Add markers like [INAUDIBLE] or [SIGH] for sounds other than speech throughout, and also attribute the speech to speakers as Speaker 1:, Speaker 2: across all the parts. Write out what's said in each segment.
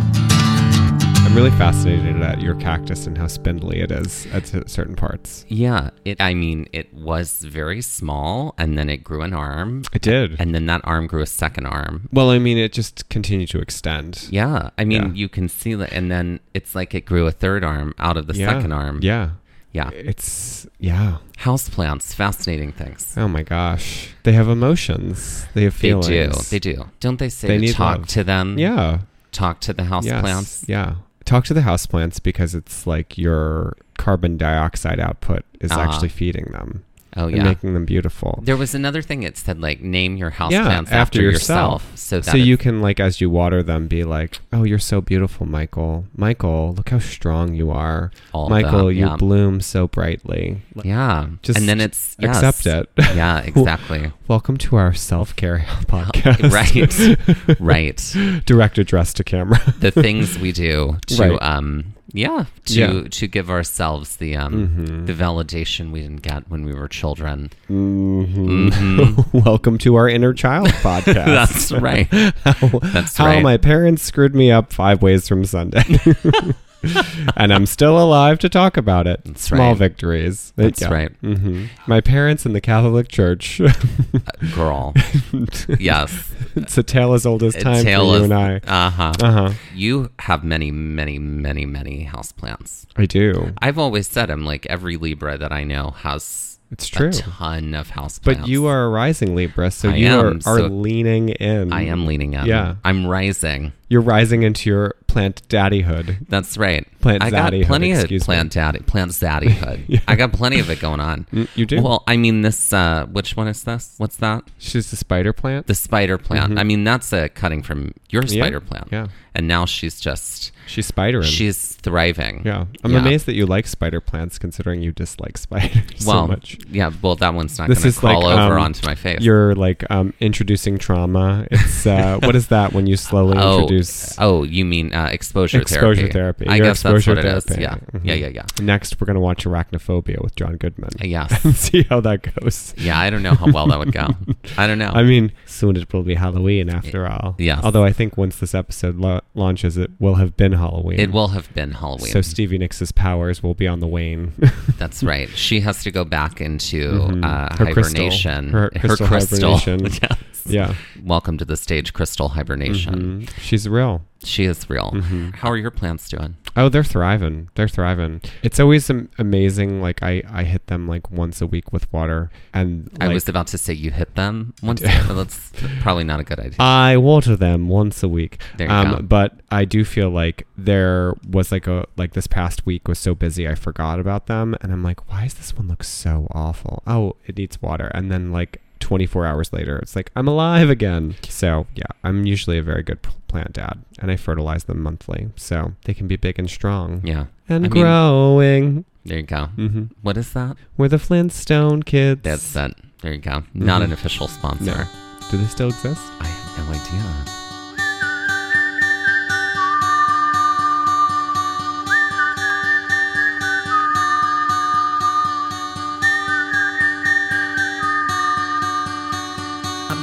Speaker 1: I'm really fascinated at your cactus and how spindly it is at c- certain parts.
Speaker 2: Yeah, it I mean it was very small and then it grew an arm
Speaker 1: It did.
Speaker 2: and then that arm grew a second arm.
Speaker 1: Well, I mean, it just continued to extend.
Speaker 2: Yeah, I mean
Speaker 1: Yeah.
Speaker 2: you can see that and then it's like it grew a third arm out of the
Speaker 1: Yeah.
Speaker 2: second arm.
Speaker 1: Yeah.
Speaker 2: Yeah.
Speaker 1: It's, yeah.
Speaker 2: Houseplants, fascinating things.
Speaker 1: Oh my gosh. They have emotions, they have
Speaker 2: They
Speaker 1: feelings.
Speaker 2: do. They do. Don't they say
Speaker 1: They
Speaker 2: to
Speaker 1: need
Speaker 2: talk
Speaker 1: love.
Speaker 2: to them?
Speaker 1: Yeah.
Speaker 2: Talk to the
Speaker 1: Yes.
Speaker 2: houseplants.
Speaker 1: Yeah. Talk to the houseplants because it's like your carbon dioxide output is
Speaker 2: Ah.
Speaker 1: actually feeding them
Speaker 2: Oh
Speaker 1: and
Speaker 2: yeah.
Speaker 1: making them beautiful.
Speaker 2: There was another thing it said like name your houseplants
Speaker 1: Yeah,
Speaker 2: after,
Speaker 1: after
Speaker 2: yourself.
Speaker 1: yourself.
Speaker 2: So that
Speaker 1: so you can like as you water them be like oh you're so beautiful michael michael look how strong you are
Speaker 2: all
Speaker 1: michael
Speaker 2: that,
Speaker 1: you
Speaker 2: yeah.
Speaker 1: bloom so brightly
Speaker 2: Yeah.
Speaker 1: Just
Speaker 2: and then it's yes.
Speaker 1: accept it [LAUGHS]
Speaker 2: yeah, exactly.
Speaker 1: welcome to our self-care [LAUGHS] podcast
Speaker 2: [LAUGHS] right.
Speaker 1: [LAUGHS]
Speaker 2: Right.
Speaker 1: direct address to camera
Speaker 2: The things we do to
Speaker 1: Right.
Speaker 2: um yeah, to
Speaker 1: Yeah.
Speaker 2: to give ourselves the um
Speaker 1: Mm-hmm.
Speaker 2: the validation we didn't get when we were
Speaker 1: [LAUGHS]
Speaker 2: children.
Speaker 1: Mhm. [LAUGHS] welcome to our inner child
Speaker 2: [LAUGHS]
Speaker 1: podcast
Speaker 2: That's right.
Speaker 1: how,
Speaker 2: That's
Speaker 1: how
Speaker 2: right.
Speaker 1: my parents screwed me up five ways from sunday [LAUGHS] and i'm still alive to talk about it small
Speaker 2: right.
Speaker 1: victories
Speaker 2: That's
Speaker 1: Yeah.
Speaker 2: right.
Speaker 1: hmm My parents in the Catholic Church.
Speaker 2: [LAUGHS]
Speaker 1: [LAUGHS]
Speaker 2: Girl. yes.
Speaker 1: it's a tale as old as
Speaker 2: A
Speaker 1: time
Speaker 2: tale
Speaker 1: for you
Speaker 2: as-
Speaker 1: and I.
Speaker 2: Uh-huh.
Speaker 1: Uh huh.
Speaker 2: You have many, many, many, many houseplants.
Speaker 1: I do.
Speaker 2: I've always said I'm like every Libra that I know has
Speaker 1: It's true.
Speaker 2: a ton of houseplants.
Speaker 1: But you are a rising Libra, so
Speaker 2: I
Speaker 1: you
Speaker 2: am,
Speaker 1: are, are
Speaker 2: so-
Speaker 1: leaning in.
Speaker 2: I am leaning up.
Speaker 1: Yeah.
Speaker 2: I'm rising.
Speaker 1: You're rising into your plant daddyhood.
Speaker 2: That's right.
Speaker 1: Plant
Speaker 2: I got
Speaker 1: zaddyhood,
Speaker 2: plenty of
Speaker 1: excuse me.
Speaker 2: plant daddy,
Speaker 1: [LAUGHS]
Speaker 2: plant zaddyhood. I got plenty of it going on.
Speaker 1: you do?
Speaker 2: Well, I mean, this. Uh, which one is this? What's that?
Speaker 1: She's the spider plant.
Speaker 2: The spider plant. I mean, that's a cutting from your spider plant.
Speaker 1: Mm-hmm. yeah.
Speaker 2: And now she's just
Speaker 1: She's spidering.
Speaker 2: she's thriving.
Speaker 1: yeah. I'm amazed that you like spider plants, considering you dislike [LAUGHS] spiders
Speaker 2: Well,
Speaker 1: so much.
Speaker 2: yeah. Well, that one's not going
Speaker 1: This
Speaker 2: to
Speaker 1: is like,
Speaker 2: crawl over
Speaker 1: um,
Speaker 2: onto my face.
Speaker 1: You're like um, introducing trauma. It's
Speaker 2: [LAUGHS]
Speaker 1: uh, what is that when you slowly
Speaker 2: oh,
Speaker 1: introduce
Speaker 2: oh, you mean uh, exposure therapy?
Speaker 1: exposure therapy.
Speaker 2: I
Speaker 1: Your
Speaker 2: guess that's
Speaker 1: exposure
Speaker 2: what it is.
Speaker 1: therapy.
Speaker 2: Yeah.
Speaker 1: Mhm.
Speaker 2: yeah, yeah, yeah,
Speaker 1: Next, we're going to watch Arachnophobia with John Goodman
Speaker 2: Uh,
Speaker 1: [LAUGHS]
Speaker 2: Yes.
Speaker 1: and see how that goes.
Speaker 2: Yeah, I don't know how well that
Speaker 1: [LAUGHS]
Speaker 2: would go. I don't know.
Speaker 1: I mean, soon it will be Halloween after all.
Speaker 2: yes.
Speaker 1: Although I think once this episode lo- launches, it will have been Halloween.
Speaker 2: it will have been Halloween.
Speaker 1: So Stevie Nicks' powers will be on the wane.
Speaker 2: That's right. She has to go back into
Speaker 1: Mm-hmm.
Speaker 2: uh,
Speaker 1: Her crystal.
Speaker 2: hibernation.
Speaker 1: Her crystal hibernation.
Speaker 2: [LAUGHS] Yes.
Speaker 1: [LAUGHS] yeah.
Speaker 2: Welcome to the stage, crystal hibernation.
Speaker 1: Mm, She's real.
Speaker 2: She is real.
Speaker 1: Mm-hmm.
Speaker 2: How are your plants doing?
Speaker 1: Oh, they're thriving. They're thriving. It's always am- amazing. Like I, I hit them like once a week with water, and
Speaker 2: I
Speaker 1: like,
Speaker 2: was about to say you hit them once. but that's probably not a good idea.
Speaker 1: I water them once a week. Um,
Speaker 2: There you go.
Speaker 1: But I do feel like there was like a like this past week was so busy I forgot about them, and I'm like, why does this one look so awful? Oh, it needs water, and then like. 24 hours later, it's like I'm alive again. So, yeah, I'm usually a very good p- plant dad and I fertilize them monthly so they can be big and strong
Speaker 2: yeah.
Speaker 1: and
Speaker 2: I mean- Mm-hmm.
Speaker 1: growing.
Speaker 2: There you go.
Speaker 1: hmm
Speaker 2: What is that?
Speaker 1: We're the Flintstone kids.
Speaker 2: That's that. There you go. Not an official sponsor.
Speaker 1: No. Do they still exist?
Speaker 2: I have no idea.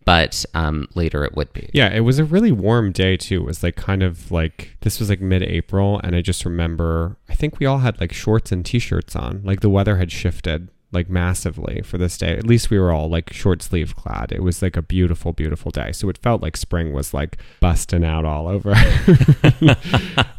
Speaker 2: but um, later it would be.
Speaker 1: Yeah, it was a really warm day too. It was like kind of like this was like mid-April, and I just remember I think we all had like shorts and t-shirts on. Like the weather had shifted like massively for this day. At least we were all like short sleeve clad. It was like a beautiful, beautiful day. So it felt like spring was like busting out all over. [LAUGHS]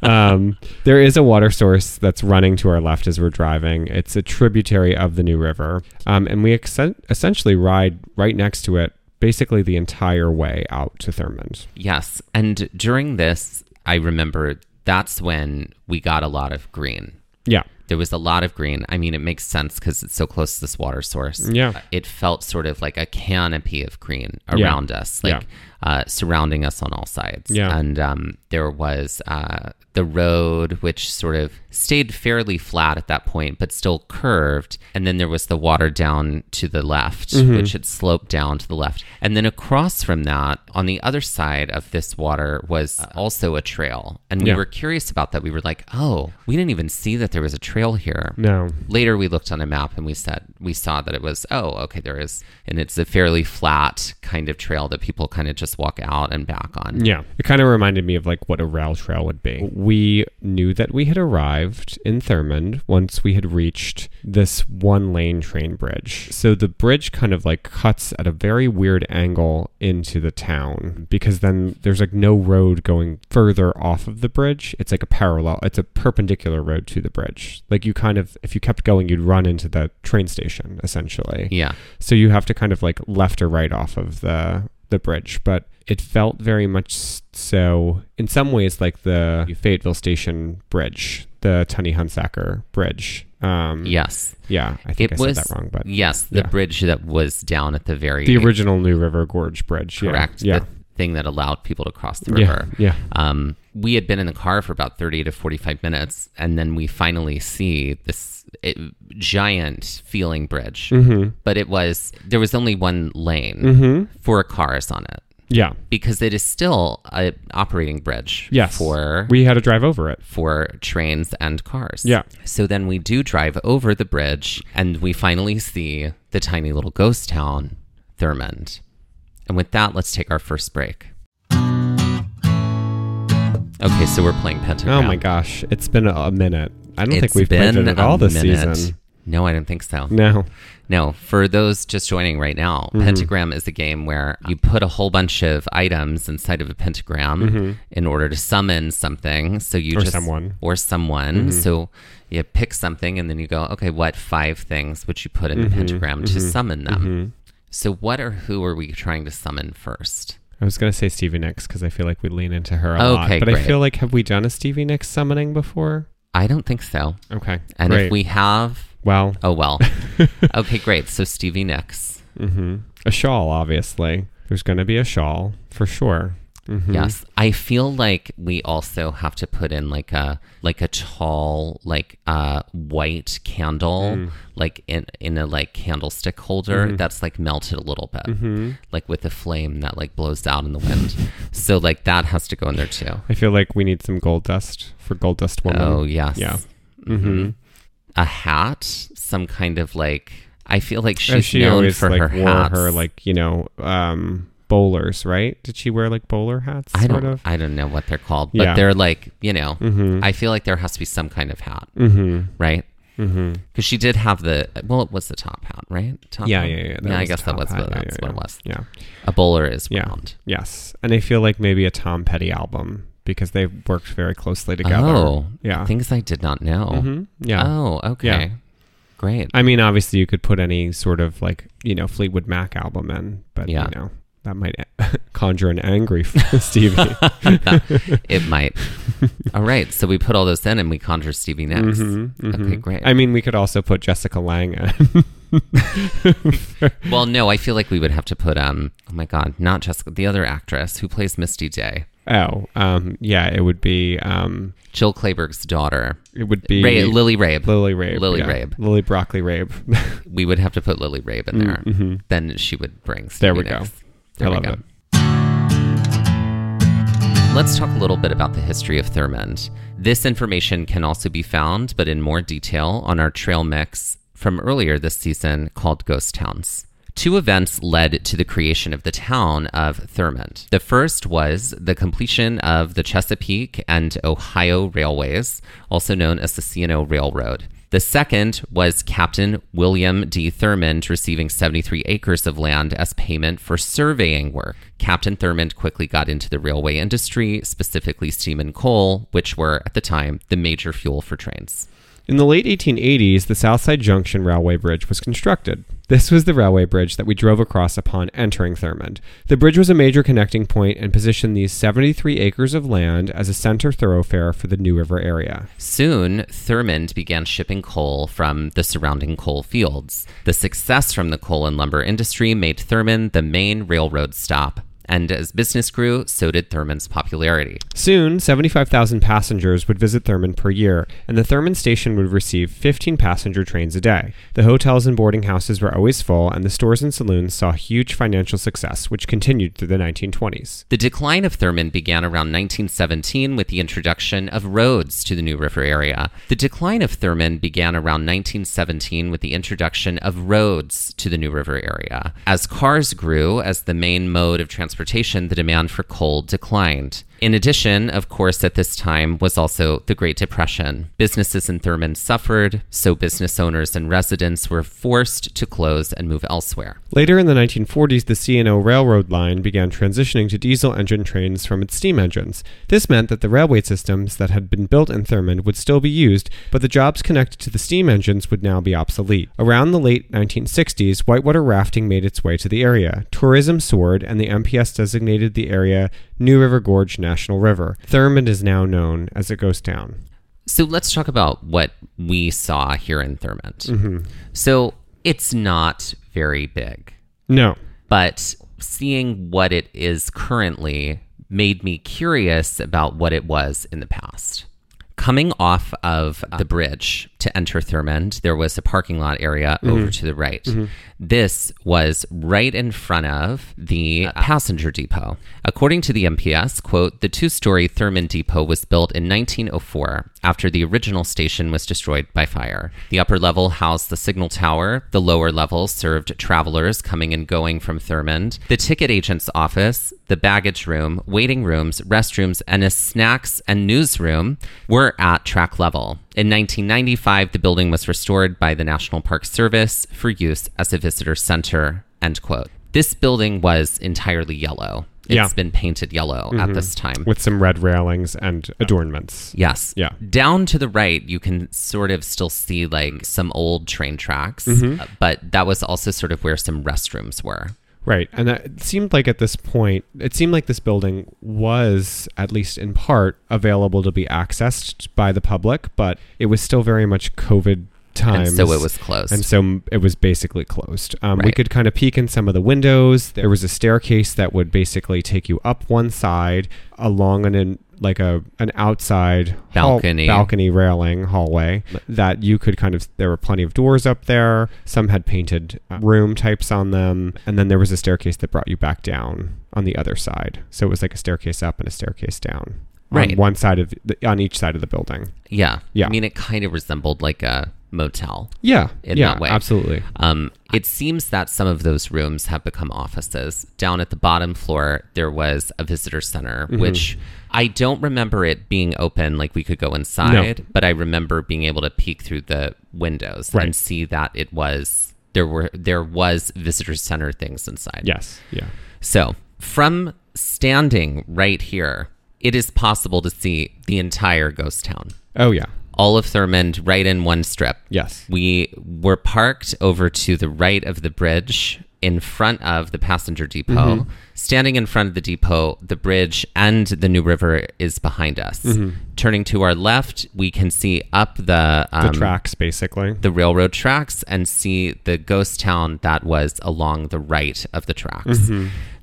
Speaker 1: um, [LAUGHS] there is a water source that's running to our left as we're driving. It's a tributary of the New River, um, and we ex- essentially ride right next to it basically the entire way out to Thurmond.
Speaker 2: Yes. And during this, I remember that's when we got a lot of green.
Speaker 1: Yeah.
Speaker 2: There was a lot of green. I mean, it makes sense because it's so close to this water source.
Speaker 1: Yeah.
Speaker 2: It felt sort of like a canopy of green
Speaker 1: Yeah.
Speaker 2: around us, like uh, surrounding us on all sides.
Speaker 1: Yeah.
Speaker 2: And um, there was uh, the road, which sort of stayed fairly flat at that point, but still curved. And then there was the water down to the left,
Speaker 1: Mm-hmm.
Speaker 2: which had sloped down to the left. And then across from that, on the other side of this water, was uh, also a trail. And we
Speaker 1: Yeah.
Speaker 2: were curious about that. We were like, oh, we didn't even see that there was a trail here.
Speaker 1: No.
Speaker 2: Later, we looked on a map and we said we saw that it was oh okay there is and it's a fairly flat kind of trail that people kind of just walk out and back on.
Speaker 1: Yeah. It kind of reminded me of like what a rail trail would be. We knew that we had arrived in Thurmond once we had reached this one lane train bridge. So the bridge kind of like cuts at a very weird angle into the town because then there's like no road going further off of the bridge. It's like a parallel, it's a perpendicular road to the bridge. Like you kind of, if you kept going, you'd run into the train station essentially.
Speaker 2: Yeah,
Speaker 1: So you have to kind of like left or right off of the the bridge, but it felt very much so in some ways like the Fayetteville Station Bridge, the Tunney Hunsacker Bridge. Um,
Speaker 2: yes,
Speaker 1: yeah, I think
Speaker 2: it
Speaker 1: I
Speaker 2: was
Speaker 1: said that wrong, but
Speaker 2: yes the
Speaker 1: yeah.
Speaker 2: bridge that was down at the very
Speaker 1: the original New River Gorge Bridge. yeah,
Speaker 2: correct
Speaker 1: Yeah.
Speaker 2: the thing that allowed people to cross the
Speaker 1: yeah,
Speaker 2: river.
Speaker 1: yeah.
Speaker 2: Um, we had been in the car for about 30 to 45 minutes, and then we finally see this it, giant feeling bridge.
Speaker 1: Mm-hmm.
Speaker 2: But it was, there was only one lane for cars on it
Speaker 1: Mm-hmm. Yeah.
Speaker 2: because it is still a operating bridge
Speaker 1: Yes.
Speaker 2: for
Speaker 1: we had to drive over it.
Speaker 2: for trains and cars.
Speaker 1: Yeah.
Speaker 2: So then we do drive over the bridge and we finally see the tiny little ghost town, Thurmond. And with that, let's take our first break. Okay, so we're playing
Speaker 1: Oh
Speaker 2: Pentagram.
Speaker 1: my gosh, it's been a, a minute. I don't
Speaker 2: It's
Speaker 1: think we've
Speaker 2: been
Speaker 1: played it at
Speaker 2: a
Speaker 1: all this
Speaker 2: minute.
Speaker 1: season.
Speaker 2: No, I don't think so.
Speaker 1: No.
Speaker 2: No, for those just joining right now,
Speaker 1: Mm-hmm.
Speaker 2: pentagram is a game where you put a whole bunch of items inside of a pentagram in order to summon something. So you
Speaker 1: Mm-hmm. Or
Speaker 2: just
Speaker 1: someone. Mm-hmm.
Speaker 2: or someone. So you pick something and then you go, okay, what five things would you put in
Speaker 1: Mm-hmm.
Speaker 2: the pentagram to summon them? So what or who are we trying to summon first?
Speaker 1: I was gonna say Stevie Nicks because I feel like we lean into her a lot.
Speaker 2: Okay,
Speaker 1: But
Speaker 2: great.
Speaker 1: I feel like have we done a Stevie Nicks summoning before?
Speaker 2: I don't think so.
Speaker 1: Okay.
Speaker 2: And
Speaker 1: great.
Speaker 2: if we have, [LAUGHS]
Speaker 1: well,
Speaker 2: oh well. okay, great. So Stevie Nicks.
Speaker 1: mm-hmm. a shawl, obviously. There's gonna be a shawl for sure. Mm-hmm.
Speaker 2: Yes, I feel like we also have to put in like a like a tall like uh white candle
Speaker 1: Mm.
Speaker 2: like in in a like candlestick holder
Speaker 1: Mm-hmm.
Speaker 2: that's like melted a little bit like with a flame that like blows out in the wind. so like that has to go in there too.
Speaker 1: I feel like we need some gold dust for Gold Dust Woman.
Speaker 2: Oh yes.
Speaker 1: Yeah. Mm-hmm.
Speaker 2: a hat, some kind of like. I feel like
Speaker 1: Oh,
Speaker 2: she's
Speaker 1: she
Speaker 2: known
Speaker 1: always
Speaker 2: for
Speaker 1: like
Speaker 2: her
Speaker 1: wore
Speaker 2: hats.
Speaker 1: her like you know um, bowlers, right? Did she wear like bowler hats?
Speaker 2: I
Speaker 1: sort
Speaker 2: don't,
Speaker 1: of.
Speaker 2: I don't know what they're called, but
Speaker 1: Yeah.
Speaker 2: they're like, you know, I feel like there has to be some kind of hat,
Speaker 1: mm-hmm.
Speaker 2: right? Because she did have the, well, it was the top hat, right? Top
Speaker 1: Yeah,
Speaker 2: hat?
Speaker 1: yeah, yeah. that
Speaker 2: I
Speaker 1: was
Speaker 2: guess that
Speaker 1: top
Speaker 2: was,
Speaker 1: hat.
Speaker 2: what,
Speaker 1: Yeah,
Speaker 2: that's
Speaker 1: yeah,
Speaker 2: what it was.
Speaker 1: Yeah.
Speaker 2: A bowler is
Speaker 1: Yeah.
Speaker 2: round.
Speaker 1: Yes, and I feel like maybe a Tom Petty album because they worked very closely together.
Speaker 2: Oh,
Speaker 1: yeah.
Speaker 2: Things I did not know.
Speaker 1: Mhm. Yeah.
Speaker 2: Oh, okay.
Speaker 1: Yeah. [LAUGHS]
Speaker 2: Great.
Speaker 1: I mean, obviously, you could put any sort of like you know Fleetwood Mac album in, but
Speaker 2: Yeah.
Speaker 1: you know that might [LAUGHS] conjure an angry [LAUGHS]
Speaker 2: [LAUGHS]
Speaker 1: Stevie.
Speaker 2: it might. all right. So we put all those in and we conjure Stevie Nicks.
Speaker 1: Mm-hmm.
Speaker 2: Okay, great.
Speaker 1: I mean, we could also put Jessica Lange. in. [LAUGHS]
Speaker 2: well, no, I feel like we would have to put, um, oh my God, not Jessica, the other actress who plays Misty Day,
Speaker 1: oh, um, yeah, it would be um,
Speaker 2: Jill Clayburgh's daughter.
Speaker 1: it would be
Speaker 2: Ray, Lily Rabe.
Speaker 1: Lily Rabe,
Speaker 2: Lily
Speaker 1: yeah.
Speaker 2: Rabe.
Speaker 1: Lily Broccoli Rabe. [LAUGHS]
Speaker 2: We would have to put Lily Rabe in there. Then she would bring
Speaker 1: Mm,
Speaker 2: Stevie
Speaker 1: mm-hmm. There we go.
Speaker 2: Nicks.
Speaker 1: I
Speaker 2: There we
Speaker 1: love
Speaker 2: go.
Speaker 1: it.
Speaker 2: Let's talk a little bit about the history of Thurmond. This information can also be found, but in more detail, on our trail mix from earlier this season called Ghost Towns. Two events led to the creation of the town of Thurmond. The first was the completion of the Chesapeake and Ohio Railways, also known as the C&O Railroad. The second was Captain William D. Thurmond receiving 73 acres of land as payment for surveying work. Captain Thurmond quickly got into the railway industry, specifically steam and coal, which were, at the time, the major fuel for trains.
Speaker 1: In the late 1880s, the Southside Junction Railway Bridge was constructed. This was the railway bridge that we drove across upon entering Thurmond. The bridge was a major connecting point and positioned these 73 acres of land as a center thoroughfare for the New River area.
Speaker 2: Soon, Thurmond began shipping coal from the surrounding coal fields. The success from the coal and lumber industry made Thurmond the main railroad stop. And as business grew, so did Thurmond's popularity.
Speaker 1: Soon, 75,000 passengers would visit Thurmond per year, and the Thurmond station would receive 15 passenger trains a day. The hotels and boarding houses were always full, and the stores and saloons saw huge financial success, which continued through the 1920s.
Speaker 2: The decline of Thurmond began around 1917 with the introduction of roads to the New River area. The decline of Thurmond began around 1917 with the introduction of roads to the New River area. As cars grew as the main mode of transportation, the demand for coal declined. In addition, of course, at this time was also the Great Depression. Businesses in Thurmond suffered, so business owners and residents were forced to close and move elsewhere.
Speaker 1: Later in the 1940s, the C&O Railroad line began transitioning to diesel engine trains from its steam engines. This meant that the railway systems that had been built in Thurmond would still be used, but the jobs connected to the steam engines would now be obsolete. Around the late 1960s, whitewater rafting made its way to the area. Tourism soared, and the MPS designated the area New River Gorge National River. Thurmond is now known as a ghost town.
Speaker 2: So let's talk about what we saw here in Thurmond. So it's not very big,
Speaker 1: No.
Speaker 2: but seeing what it is currently made me curious about what it was in the past. Coming off of the bridge to enter Thurmond, there was a parking lot area over to the right. This was right in front of the passenger depot. According to the MPS, quote, the two story Thurmond Depot was built in 1904 after the original station was destroyed by fire. The upper level housed the signal tower, the lower level served travelers coming and going from Thurmond, the ticket agent's office, the baggage room, waiting rooms, restrooms, and a snacks and newsroom were at track level. In 1995, the building was restored by the National Park Service for use as a visitor center. End quote. This building was entirely yellow. It's
Speaker 1: Yeah.
Speaker 2: been painted yellow at this time.
Speaker 1: With some red railings and adornments.
Speaker 2: Yes.
Speaker 1: Yeah.
Speaker 2: Down to the right, you can sort of still see
Speaker 1: Mm.
Speaker 2: like some old train tracks,
Speaker 1: Mm-hmm.
Speaker 2: uh, but that was also sort of where some restrooms were.
Speaker 1: Right. And that- it seemed like at this point, it seemed like this building was, at least in part, available to be accessed by the public, but it was still very much COVID
Speaker 2: And
Speaker 1: times.
Speaker 2: so it was closed.
Speaker 1: And so m- it was basically closed. Um, We
Speaker 2: Right.
Speaker 1: could kind of peek in some of the windows. There was a staircase that would basically take you up one side along an, in, like a an outside hall-
Speaker 2: Balcony.
Speaker 1: balcony railing hallway that you could kind of. There were plenty of doors up there. Some had painted uh, room types on them, and then there was a staircase that brought you back down on the other side. So it was like a staircase up and a staircase down.
Speaker 2: Right.
Speaker 1: on one side of the, on each side of the building.
Speaker 2: Yeah.
Speaker 1: Yeah.
Speaker 2: I mean, it kind of resembled like a motel.
Speaker 1: Yeah,
Speaker 2: In
Speaker 1: yeah,
Speaker 2: that way.
Speaker 1: absolutely.
Speaker 2: Um, it seems that some of those rooms have become offices. Down at the bottom floor, there was a visitor center,
Speaker 1: Mm-hmm.
Speaker 2: which I don't remember it being open, like we could go inside, but I remember being able to peek through the windows
Speaker 1: Right.
Speaker 2: and see that it was there were there was visitor center things inside.
Speaker 1: Yes, yeah.
Speaker 2: So, from standing right here, it is possible to see the entire ghost town.
Speaker 1: Oh yeah,
Speaker 2: All of Thurmond right in one strip.
Speaker 1: yes.
Speaker 2: We were parked over to the right of the bridge in front of the passenger depot. Standing in front of the depot, the bridge and the New River is behind us. Turning to our left, we can see up
Speaker 1: The
Speaker 2: the, um,
Speaker 1: tracks, basically.
Speaker 2: the railroad tracks and see the ghost town that was along the right of the tracks.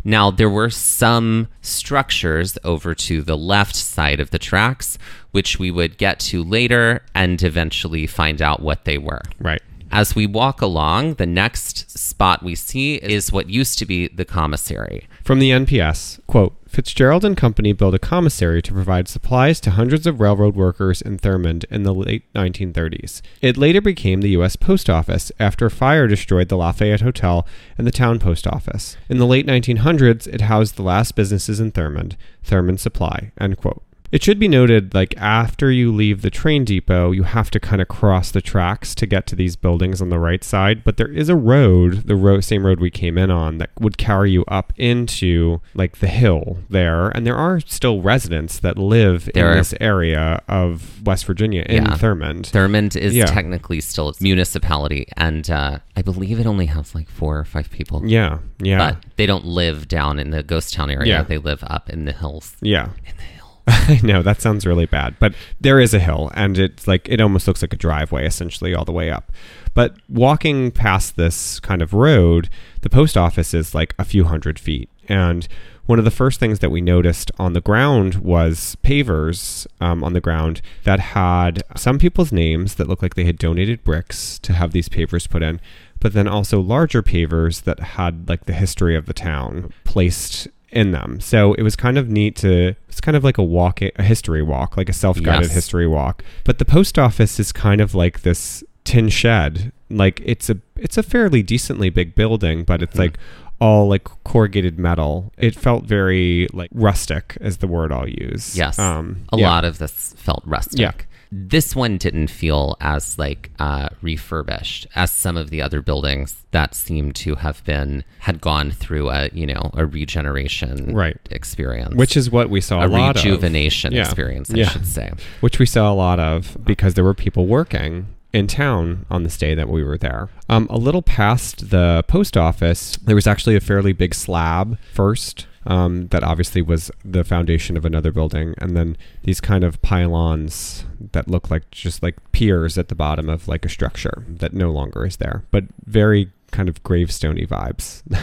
Speaker 2: Now, there were some structures over to the left side of the tracks, which we would get to later and eventually find out what they were.
Speaker 1: right.
Speaker 2: As we walk along, the next spot we see is what used to be the commissary.
Speaker 1: From the NPS, quote, Fitzgerald and Company built a commissary to provide supplies to hundreds of railroad workers in Thurmond in the late 1930s. It later became the U.S. Post Office after a fire destroyed the Lafayette Hotel and the town post office. In the late 1900s, it housed the last businesses in Thurmond, Thurmond Supply, end quote. It should be noted, like after you leave the train depot, you have to kind of cross the tracks to get to these buildings on the right side. But there is a road, the road, same road we came in on, that would carry you up into like the hill there. And there are still residents that live
Speaker 2: There are-
Speaker 1: in this area of West Virginia in
Speaker 2: Yeah.
Speaker 1: Thurmond.
Speaker 2: Thurmond is
Speaker 1: Yeah.
Speaker 2: technically still a municipality, and uh, I believe it only has like four or five people.
Speaker 1: yeah, yeah,
Speaker 2: but they don't live down in the ghost town area.
Speaker 1: Yeah.
Speaker 2: They live up in the hills.
Speaker 1: yeah.
Speaker 2: In the hill.
Speaker 1: [LAUGHS] I know that sounds really bad, but there is a hill, and it's like it almost looks like a driveway, essentially all the way up. But walking past this kind of road, the post office is like a few hundred feet, and one of the first things that we noticed on the ground was pavers um, on the ground that had some people's names that looked like they had donated bricks to have these pavers put in, but then also larger pavers that had like the history of the town placed in them. So it was kind of neat to it's kind of like a walk a history walk, like a self-guided
Speaker 2: Yes.
Speaker 1: history walk. But the post office is kind of like this tin shed. Like it's a it's a fairly decently big building, but
Speaker 2: Mm-hmm.
Speaker 1: it's like all like corrugated metal. It felt very like rustic is the word I'll use.
Speaker 2: Yes.
Speaker 1: Um
Speaker 2: a
Speaker 1: yeah.
Speaker 2: lot of this felt rustic.
Speaker 1: Yeah.
Speaker 2: This one didn't feel as like uh, refurbished as some of the other buildings that seemed to have been had gone through a you know a regeneration
Speaker 1: Right.
Speaker 2: experience,
Speaker 1: which is what we saw a,
Speaker 2: a
Speaker 1: lot of.
Speaker 2: rejuvenation
Speaker 1: Yeah.
Speaker 2: experience, I
Speaker 1: Yeah.
Speaker 2: should say.
Speaker 1: which we saw a lot of because there were people working in town on this day that we were there. Um, a little past the post office, there was actually a fairly big slab first. Um, that obviously was the foundation of another building, and then these kind of pylons that look like just like piers at the bottom of like a structure that no longer is there, but very kind of gravestone-y vibes. [LAUGHS]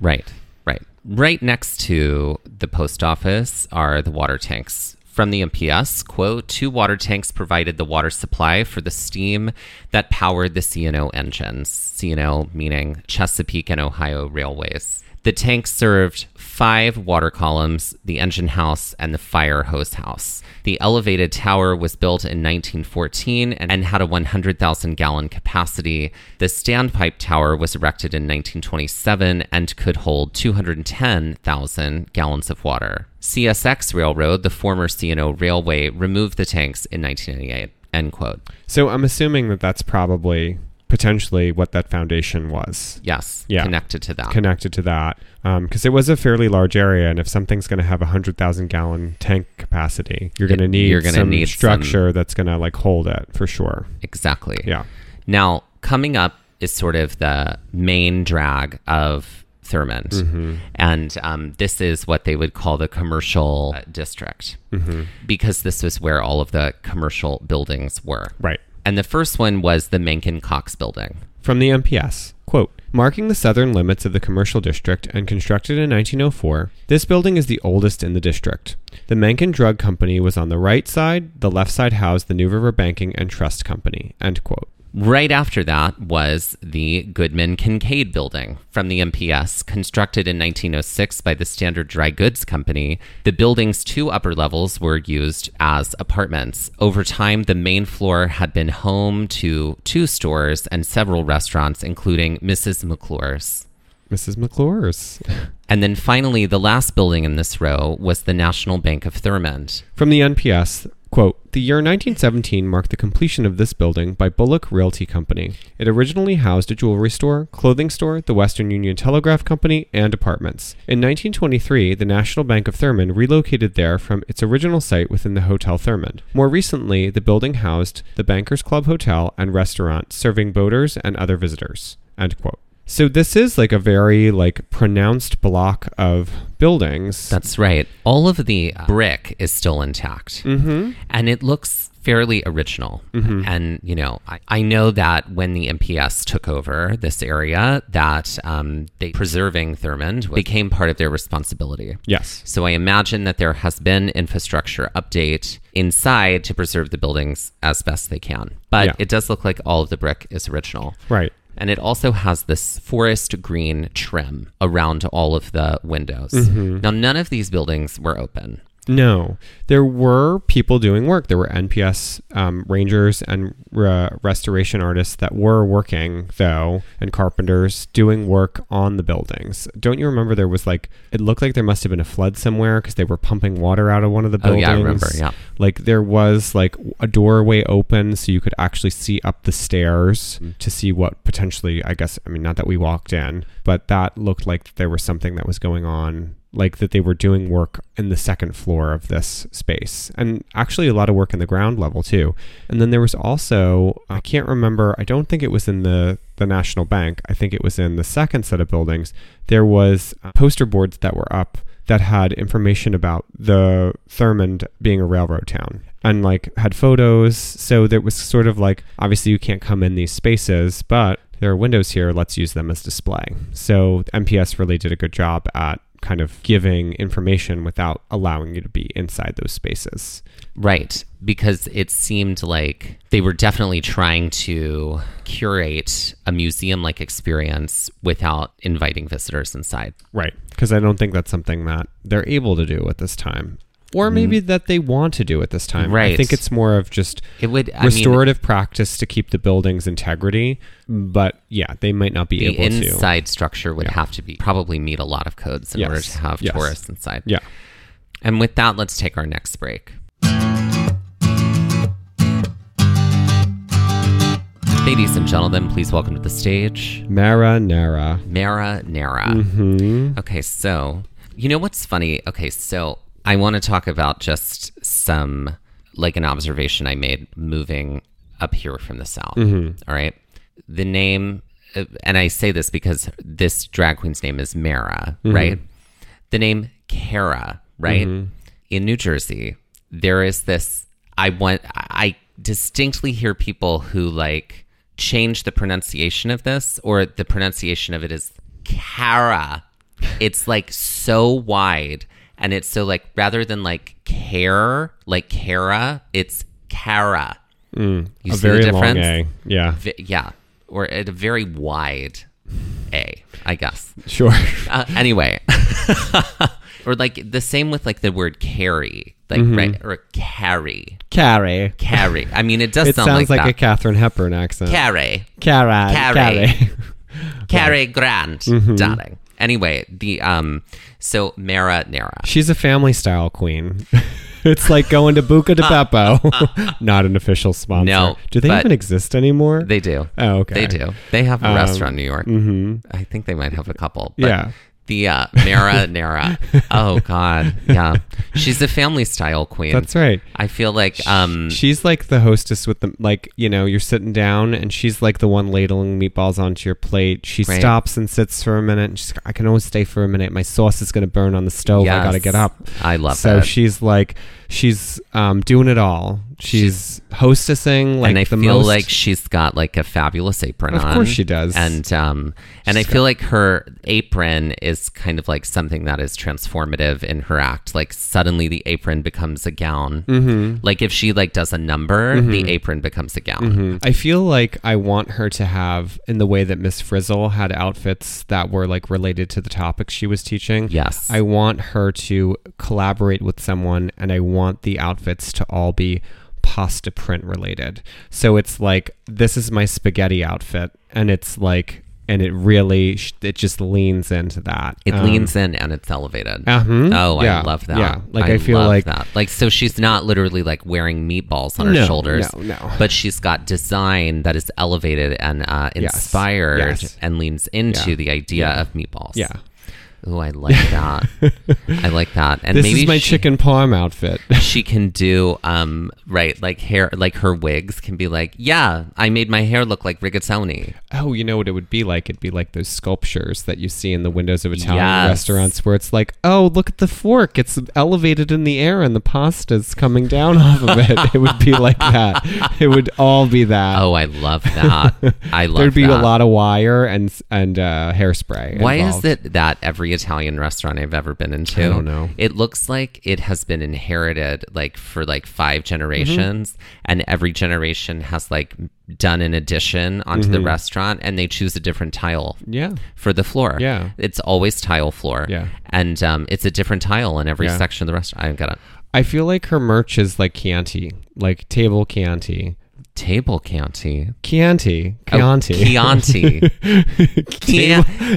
Speaker 2: Right, right. Right next to the post office are the water tanks. From the MPS, quote, two water tanks provided the water supply for the steam that powered the CNO engines, CNO meaning Chesapeake and Ohio Railways. The tanks served five water columns, the engine house, and the fire hose house. The elevated tower was built in 1914 and, and had a 100,000 gallon capacity. The standpipe tower was erected in 1927 and could hold 210,000 gallons of water. CSX Railroad, the former CNO Railway, removed the tanks in 1998. End quote.
Speaker 1: so I'm assuming that that's probably potentially what that foundation was.
Speaker 2: Yes,
Speaker 1: Yeah.
Speaker 2: connected to that.
Speaker 1: connected to that because it was a fairly large area and if something's going to have a 100,000 gallon tank capacity you're going to
Speaker 2: It-
Speaker 1: need
Speaker 2: you're gonna
Speaker 1: some
Speaker 2: need some-
Speaker 1: structure that's going to like hold it for sure
Speaker 2: exactly.
Speaker 1: yeah
Speaker 2: Now, coming up is sort of the main drag of Thurmond. And um, this is what they would call the commercial uh, district because this was where all of the commercial buildings were.
Speaker 1: right
Speaker 2: And the first one was the Mencken Cox building.
Speaker 1: From the MPS, quote, marking the southern limits of the commercial district and constructed in 1904, this building is the oldest in the district. The Mencken Drug Company was on the right side, the left side housed the New River Banking and Trust Company, end quote.
Speaker 2: Right after that was the Goodman Kincaid building from the MPS, constructed in 1906 by the Standard Dry Goods Company. The building's two upper levels were used as apartments. Over time, the main floor had been home to two stores and several restaurants, including Mrs. McClure's.
Speaker 1: Mrs. McClure's
Speaker 2: And then finally, the last building in this row was the National Bank of Thurmond.
Speaker 1: from the NPS. Quote, the year 1917 marked the completion of this building by Bullock Realty Company. It originally housed a jewelry store, clothing store, the Western Union Telegraph Company, and apartments. In 1923, the National Bank of Thurmond relocated there from its original site within the Hotel Thurmond. More recently, the building housed the Bankers Club Hotel and restaurant, serving boaters and other visitors. End quote. So this is like a very like pronounced block of buildings.
Speaker 2: That's right. All of the uh, brick is still intact. Mm-hmm. And it looks fairly original. And, you know, I, I know that when the MPS took over this area, that um, they preserving Thurmond became part of their responsibility.
Speaker 1: yes.
Speaker 2: So I imagine that there has been infrastructure update inside to preserve the buildings as best they can. But
Speaker 1: Yeah.
Speaker 2: it does look like all of the brick is original.
Speaker 1: Right.
Speaker 2: And it also has this forest green trim around all of the windows.
Speaker 1: Mm-hmm.
Speaker 2: Now, none of these buildings were open.
Speaker 1: No, there were people doing work. There were NPS um, rangers and uh, restoration artists that were working, though, and carpenters doing work on the buildings. Don't you remember there was like, it looked like there must have been a flood somewhere because they were pumping water out of one of the
Speaker 2: Oh,
Speaker 1: buildings.
Speaker 2: yeah, I remember, yeah.
Speaker 1: Like there was like a doorway open so you could actually see up the stairs to see what potentially, I guess, I mean, not that we walked in, but that looked like there was something that was going on, like that they were doing work in the second floor of this space. And actually, a lot of work in the ground level too. And then there was also, I can't remember, I don't think it was in the the National Bank. I think it was in the second set of buildings. There was uh, poster boards that were up that had information about the Thurmond being a railroad town and like had photos. So there was sort of like obviously you can't come in these spaces, but there are windows here. Let's use them as display. So MPS really did a good job at kind of giving information without allowing you to be inside those spaces.
Speaker 2: Right. Because it seemed like they were definitely trying to curate a museum like experience without inviting visitors inside.
Speaker 1: Right. Because I don't think that's something that they're able to do at this time. Or maybe that they want to do at this time. I
Speaker 2: Right.
Speaker 1: think it's more of just
Speaker 2: It would I mean,
Speaker 1: restorative practice to keep the building's integrity. But yeah, they might not be
Speaker 2: the
Speaker 1: able to.
Speaker 2: inside structure would have to be probably meet a lot of codes in
Speaker 1: Yes,
Speaker 2: order to have
Speaker 1: yes.
Speaker 2: tourists inside.
Speaker 1: Yeah.
Speaker 2: And with that, let's take our next break. Ladies and gentlemen, please welcome to the stage
Speaker 1: Marinara.
Speaker 2: Mara Nara. Okay, so you know what's funny? Okay, so I want to talk about just some like an observation I made moving up here from the south. All right, the name, uh, and I say this because this drag queen's name is Mara, right? The name Kara, right?
Speaker 1: Mm-hmm.
Speaker 2: In New Jersey, there is this. I want. I distinctly hear people who like change the pronunciation of this, or the pronunciation of it is Cara. It's like so wide, and it's so like rather than like care, like Cara, it's Cara. you
Speaker 1: Mm. A
Speaker 2: see the
Speaker 1: very long
Speaker 2: difference?
Speaker 1: A. Yeah.
Speaker 2: Vi- yeah, or at a very wide A, I guess. [LAUGHS]
Speaker 1: Sure.
Speaker 2: Uh, anyway, [LAUGHS] or like the same with like the word carry, like
Speaker 1: Mm-hmm.
Speaker 2: right or carry,
Speaker 1: Carrie.
Speaker 2: carry. I mean, it does
Speaker 1: It
Speaker 2: sound
Speaker 1: sounds like, a
Speaker 2: that.
Speaker 1: Catherine Hepburn accent.
Speaker 2: carry,
Speaker 1: Cara.
Speaker 2: Carrie.
Speaker 1: Carrie.
Speaker 2: carry grand,
Speaker 1: Mm-hmm.
Speaker 2: darling. Anyway, the um, so Mara Nara.
Speaker 1: [LAUGHS] She's a family style queen. [LAUGHS] it's like going to Buca
Speaker 2: [LAUGHS]
Speaker 1: de Beppo. [LAUGHS] Not an official sponsor.
Speaker 2: No,
Speaker 1: Do they
Speaker 2: but-
Speaker 1: even exist anymore?
Speaker 2: They do.
Speaker 1: Oh, okay. Um, mm-hmm.
Speaker 2: They do. They have a restaurant in New York. I think they might have a couple. But
Speaker 1: Yeah.
Speaker 2: The uh,
Speaker 1: [LAUGHS]
Speaker 2: Mara Nara. Oh God. Yeah. She's a family style queen.
Speaker 1: That's right.
Speaker 2: I feel like um
Speaker 1: She's like the hostess with the like, you know, you're sitting down and she's like the one ladling meatballs onto your plate. She
Speaker 2: Right.
Speaker 1: stops and sits for a minute and she's I can only stay for a minute. My sauce is gonna burn on the stove. oh, I gotta
Speaker 2: Yes.
Speaker 1: get up.
Speaker 2: I love
Speaker 1: so
Speaker 2: it.
Speaker 1: she's like she's um, doing it all. She's hostessing like
Speaker 2: and I
Speaker 1: the
Speaker 2: feel
Speaker 1: most.
Speaker 2: like she's got like a fabulous apron
Speaker 1: Of
Speaker 2: on.
Speaker 1: course she does.
Speaker 2: And um and I feel like her apron is kind of like something that is transformative in her act. Like suddenly the apron becomes a gown. Mm-hmm. Like if she like does a number,
Speaker 1: Mm-hmm.
Speaker 2: the apron becomes a gown.
Speaker 1: I feel like I want her to have, in the way that Miss Frizzle had outfits that were like related to the topics she was teaching.
Speaker 2: Yes.
Speaker 1: I want her to collaborate with someone and I want the outfits to all be pasta print related. So it's like, this is my spaghetti outfit. And it's like, and it really, sh- it just leans into that.
Speaker 2: It
Speaker 1: Um,
Speaker 2: leans in and it's elevated.
Speaker 1: Uh-huh.
Speaker 2: Oh,
Speaker 1: Yeah.
Speaker 2: I love that.
Speaker 1: Yeah. Like, I feel
Speaker 2: love
Speaker 1: like-
Speaker 2: that. Like so she's not literally like wearing meatballs on her
Speaker 1: No,
Speaker 2: shoulders.
Speaker 1: no, no.
Speaker 2: But she's got design that is elevated and uh,
Speaker 1: Yes.
Speaker 2: inspired
Speaker 1: Yes.
Speaker 2: and leans into
Speaker 1: Yeah.
Speaker 2: the idea of meatballs.
Speaker 1: Yeah.
Speaker 2: Oh,
Speaker 1: [LAUGHS]
Speaker 2: I like that. I like that. And
Speaker 1: This
Speaker 2: maybe
Speaker 1: is my
Speaker 2: she,
Speaker 1: chicken parm outfit.
Speaker 2: she can do um right, like hair like her wigs can be like, Yeah, I made my hair look like rigatoni.
Speaker 1: Oh, you know what it would be like? It'd be like those sculptures that you see in the windows of Italian
Speaker 2: Yes.
Speaker 1: restaurants where it's like, oh, look at the fork. It's elevated in the air and the pasta's coming
Speaker 2: [LAUGHS]
Speaker 1: down off of it. It would be like that. It would all be that.
Speaker 2: Oh, I love that. I
Speaker 1: [LAUGHS]
Speaker 2: love
Speaker 1: There'd be
Speaker 2: that.
Speaker 1: a lot of wire and and uh, hairspray.
Speaker 2: Why
Speaker 1: involved.
Speaker 2: is it that every Italian restaurant I've ever been into?
Speaker 1: I don't know.
Speaker 2: It looks like it has been inherited like for like five generations and every generation has like done an addition onto the
Speaker 1: Mm-hmm.
Speaker 2: restaurant and they choose a different tile
Speaker 1: Yeah.
Speaker 2: for the floor.
Speaker 1: Yeah.
Speaker 2: It's always tile floor.
Speaker 1: Yeah.
Speaker 2: And um, it's a different tile in every
Speaker 1: Yeah.
Speaker 2: section of the restaurant. I've got a
Speaker 1: I feel like her merch is like Chianti, like table Chianti.
Speaker 2: table Chianti.
Speaker 1: Chianti.
Speaker 2: Oh,
Speaker 1: Chianti. [LAUGHS]
Speaker 2: Chianti.
Speaker 1: Table,
Speaker 2: Chia-